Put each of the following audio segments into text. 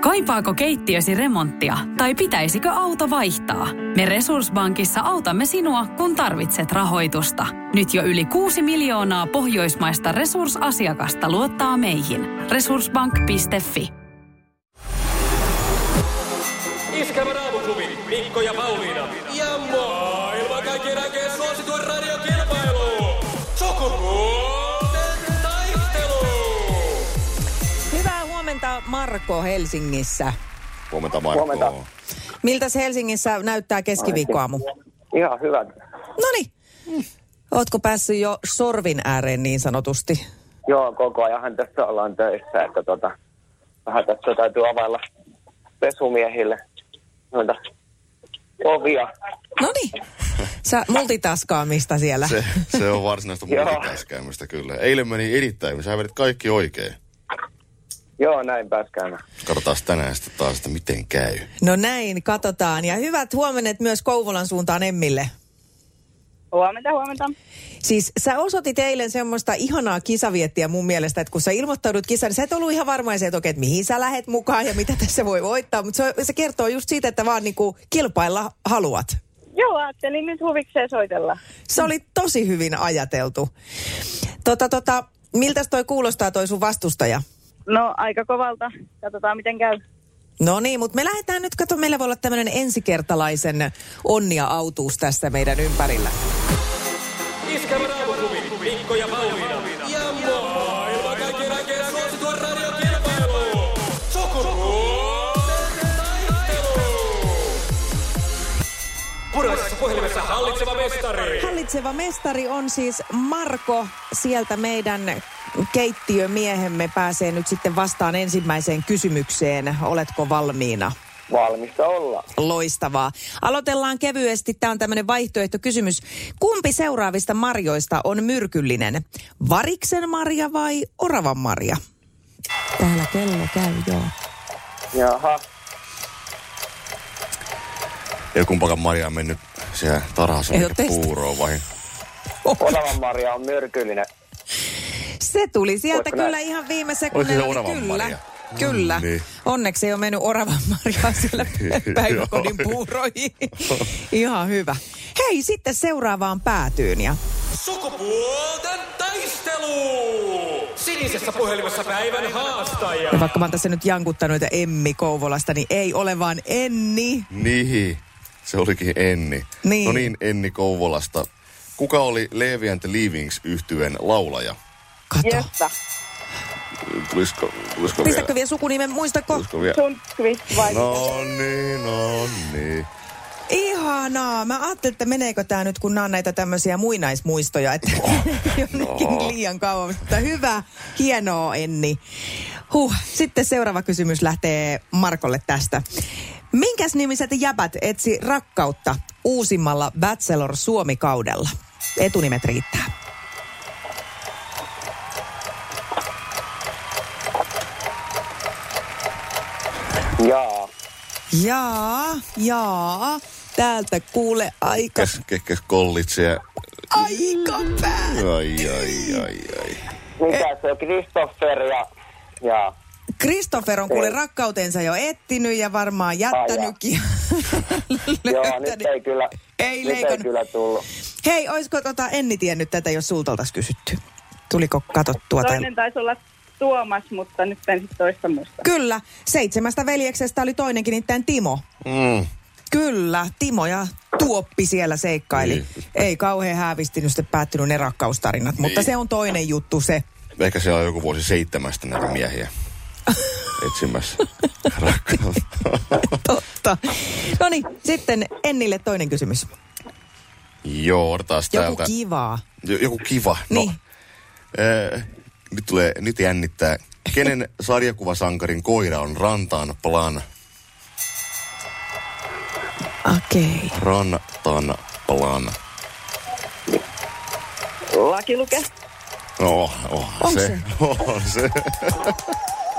Kaipaako keittiösi remonttia tai pitäisikö auto vaihtaa? Me Resurssbankissa autamme sinua, kun tarvitset rahoitusta. Nyt jo yli 6 miljoonaa pohjoismaista resursasiakasta luottaa meihin. Resurssbank.fi Iskävä raamuklubi, Mikko ja Pauliina. Ja maailman kaikkien aikeen suosituen radiokilpailu. Sukupuolten taistelu. Hyvää huomenta Marko Helsingissä. Huomenta Marko. Huomenta. Miltä Helsingissä näyttää keskiviikkoaamu? Ihan hyvä. Noniin. Ootko päässyt jo sorvin ääreen niin sanotusti? Joo, koko ajanhan tässä ollaan töissä, että tota, vähän tässä täytyy availla pesumiehille noita ovia. No niin. Sä multitaskaamista siellä. Se, se on varsinaista Joo. multitaskäymistä kyllä. Eilen meni erittäin hyvin. Sä vedit kaikki oikein. Joo, näin pääskään. Katsotaan tänään sitten taas, että miten käy. No näin, katsotaan. Ja hyvät huomenet myös Kouvolan suuntaan Emmille. Huomenta, huomenta. Siis sä osoitit eilen semmoista ihanaa kisaviettiä mun mielestä, että kun sä ilmoittaudut kisaan, niin sä et ollut ihan varma se, että okei, että mihin sä lähet mukaan ja mitä tässä voi voittaa. Mutta se, se kertoo just siitä, että vaan niinku kilpailla haluat. Joo, ajattelin nyt huvikseen soitella. Se oli tosi hyvin ajateltu. Tota, tota, miltäs toi kuulostaa toi sun vastustaja? No, aika kovalta. Katsotaan, miten käy. No niin, mutta me lähdetään nyt, kato, meillä voi olla tämmöinen ensikertalaisen onnia autuus tässä meidän ympärillä. Iskävä raamuklubi, Mikko ja Pauliina. Ja maailman kaikkien aikeen suosituen radiokilpailu. Sukupuolten taistelu. Puraisessa puhelimessa hallitseva mestari. Hallitseva mestari on siis Marko. Sieltä meidän keittiömiehemme pääsee nyt sitten vastaan ensimmäiseen kysymykseen. Oletko valmiina? Valmista olla. Loistavaa. Aloitellaan kevyesti. Tämä on tämmöinen vaihtoehtokysymys. Kumpi seuraavista marjoista on myrkyllinen? Variksen marja vai oravan marja? Täällä kello käy, joo. Jaha. Ei kumpakaan Maria on mennyt siellä tarhassa Ei oo eikä testi. puuroon vai? Olavan Maria on myrkyllinen. Se tuli sieltä Oletko kyllä näin? ihan viime Oliko sekunnilla. niin se oravan kyllä. marja? Kyllä. Mm, niin. Onneksi ei ole mennyt oravan marjaa siellä Joo. päiväkodin puuroihin. Ihan hyvä. Hei, sitten seuraavaan päätyyn. Ja Sukupuolten taistelu. Sinisessä puhelimessa päivän haastaja. ja vaikka mä oon tässä nyt jankuttanut että Emmi Kouvolasta, niin ei ole vaan Enni. Nihi. Niin, Se olikin Enni. Niin. No niin, Enni Kouvolasta. Kuka oli Levi and the Leavings yhtyeen laulaja? Kato. Josta. Tulisiko, tulisiko vielä? Pistäkö vielä sukunimen, muistako? Tulisiko vielä? Sun twist vai? No niin, no niin. Ihanaa. Mä ajattelin, että meneekö tämä nyt, kun nämä on näitä tämmöisiä muinaismuistoja, että jonnekin No. liian kauan. Mutta hyvä, hienoa Enni. Huh. Sitten seuraava kysymys lähtee Markolle tästä. Minkäs nimiset jäbät etsi rakkautta uusimmalla Bachelor Suomi-kaudella? Etunimet riittää. Jaa. Jaa, jaa. Täältä kuule aika, Kes, kes, kes kollitse ja... aika päällä. Ai, ai, ai, ai. Mikä Eh. se on? Kristoffer ja... Jaa. Kristoffer on kuule Ei. rakkautensa jo ettinyt ja varmaan jättänytkin. Joo, Löytänyt. nyt ei kyllä... No, Ei nyt ei leikannut. kyllä tullut. Hei, olisiko tota Enni tiennyt tätä, jos sulta oltaisiin kysytty? Tuliko katsottua? Tai... Toinen taisi olla Tuomas, mutta nyt en sit toista muista. Kyllä, seitsemästä veljeksestä oli toinenkin nimittäin Timo. Mm. Kyllä, Timo ja Tuoppi siellä seikkaili. Niin. Ei kauhean häävistinyt sitten päättynyt ne rakkaustarinat, mutta Niin. se on toinen juttu se. Ehkä siellä on joku vuosi seitsemästä näitä miehiä etsimässä rakkautta. Totta. No niin, sitten Ennille toinen kysymys. Joo, odotas Joku täältä. kivaa. Jo- joku kiva. No, Niin. ee, nyt tulee, nyt jännittää. Kenen sarjakuvasankarin koira on Rantan Plan? Okei. Okay. Rantan Plan. Laki luke. No, oh, Onks se. se? On se.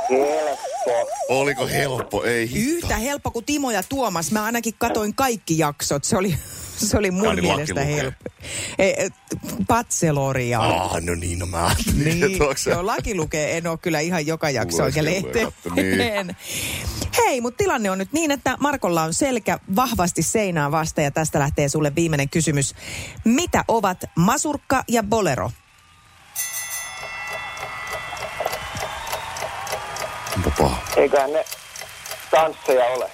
Helppo. Oliko helppo? Ei hitto. Yhtä helppo kuin Timo ja Tuomas. Mä ainakin katoin kaikki jaksot. Se oli, Se oli mun Ainakin laki mielestä lukee. helppo. Ei, et, Patseloria. Ah, no niin, no mä ajattelin, Niin, että onko se- joo, laki lukee, en ole kyllä ihan joka jakso Mulla oikein olisi joku lehteen. katto, niin. Hei, mutta tilanne on nyt niin, että Markolla on selkä vahvasti seinään vasta ja tästä lähtee sulle viimeinen kysymys. Mitä ovat masurkka ja bolero? Onpa paha. Eiköhän ne tansseja ole.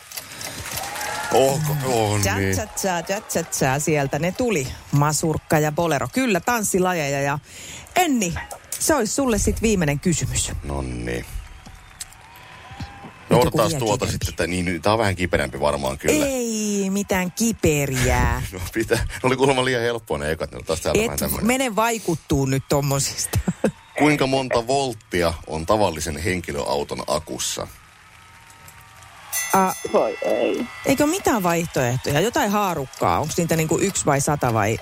Oh, on Tsa, niin. tsa, tsa, tsa, tsa, tsa, sieltä ne tuli. Masurkka ja bolero. Kyllä, tanssilajeja ja Enni, se olisi sulle sitten viimeinen kysymys. No niin. joku No odotaas vielä tuota kivempi. sitten, että niin, niin, tää on vähän kiperämpi varmaan kyllä. Ei mitään kiperiää. No pitää, ne oli kuulemma liian helppoa ne ekat, ne oli taas täällä vähän Et tämmönen. mene vaikuttuu nyt tommosista. Kuinka monta volttia on tavallisen henkilöauton akussa? Ah, Voi ei. Eikö ole mitään vaihtoehtoja? Jotain haarukkaa. Onko niitä niinku yksi vai sata vai...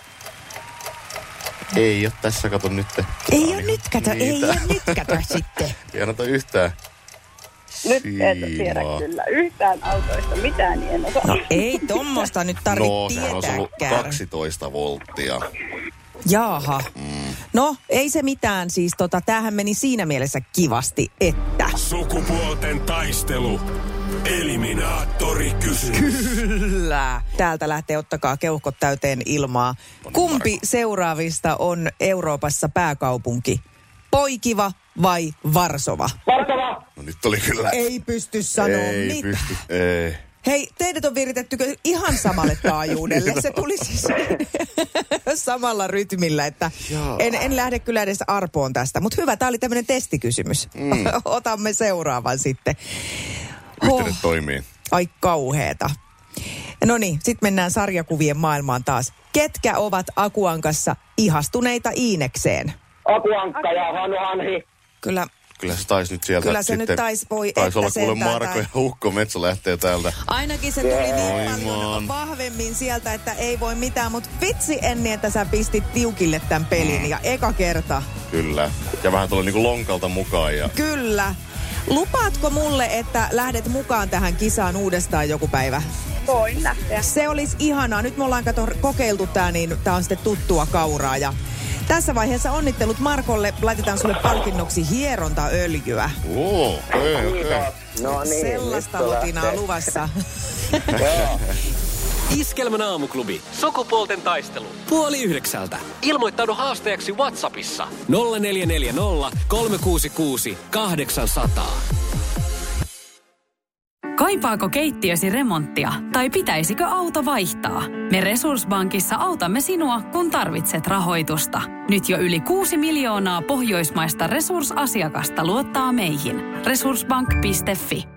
Ei ole tässä, kato nyt. Ei ole nyt kato, ei niitä. ole nyt kato sitten. Ei anneta yhtään. Nyt et tiedä siimaa. kyllä yhtään autoista mitään, niin en osaa. No ei tommosta nyt tarvitse No, sehän olisi ollut tietääkään. 12 volttia. Jaaha. No, ei se mitään. Siis tota, tämähän meni siinä mielessä kivasti, että... Sukupuolten taistelu. Eliminaattori kysymys. Kyllä. Täältä lähtee, ottakaa keuhkot täyteen ilmaa. Kumpi seuraavista on Euroopassa pääkaupunki? Poikiva vai Varsova? Vartava! No nyt oli kyllä. Ei pysty sanoa ei mitään. pysty. Ei. Hei, teidät on viritettykö ihan samalle taajuudelle? Se tuli siis samalla rytmillä, että en, en lähde kyllä edes arpoon tästä. Mutta hyvä, tämä oli tämmöinen testikysymys. Mm. Otamme seuraavan sitten. Yhteydet toimii. ai kauheeta. No niin, sitten mennään sarjakuvien maailmaan taas. Ketkä ovat Akuankassa ihastuneita Iinekseen? Akuankka ja Hanu Hanhi. Kyllä, Kyllä se taisi nyt sieltä Kyllä se nyt sitten, taisi, voi että taisi olla kuule sentään Marko tai- ja Ukko Metsä lähtee täältä. ainakin se tuli niin Oi paljon maan. vahvemmin sieltä, että ei voi mitään. Mutta vitsi Enni, että sä pistit tiukille tämän Mm. pelin ja eka kerta. Kyllä. Ja vähän tulee niinku lonkalta mukaan ja Kyllä. Lupaatko mulle, että lähdet mukaan tähän kisaan uudestaan joku päivä? Voin lähteä. Se olisi ihanaa. Nyt me ollaan kato, kokeiltu tää, niin tää on sitten tuttua kauraa. Ja tässä vaiheessa onnittelut Markolle. Laitetaan sulle palkinnoksi hierontaöljyä. Oo, okei, okei. No niin, Sellaista nyt se lotinaa lähtee. luvassa. Iskelmän aamuklubi. Sukupuolten taistelu. Puoli yhdeksältä. Ilmoittaudu haastajaksi Whatsappissa. 0440 366 800. Kaipaako keittiösi remonttia tai pitäisikö auto vaihtaa? Me Resurssbankissa autamme sinua, kun tarvitset rahoitusta. Nyt jo yli 6 miljoonaa pohjoismaista resursasiakasta luottaa meihin. Resurssbank.fi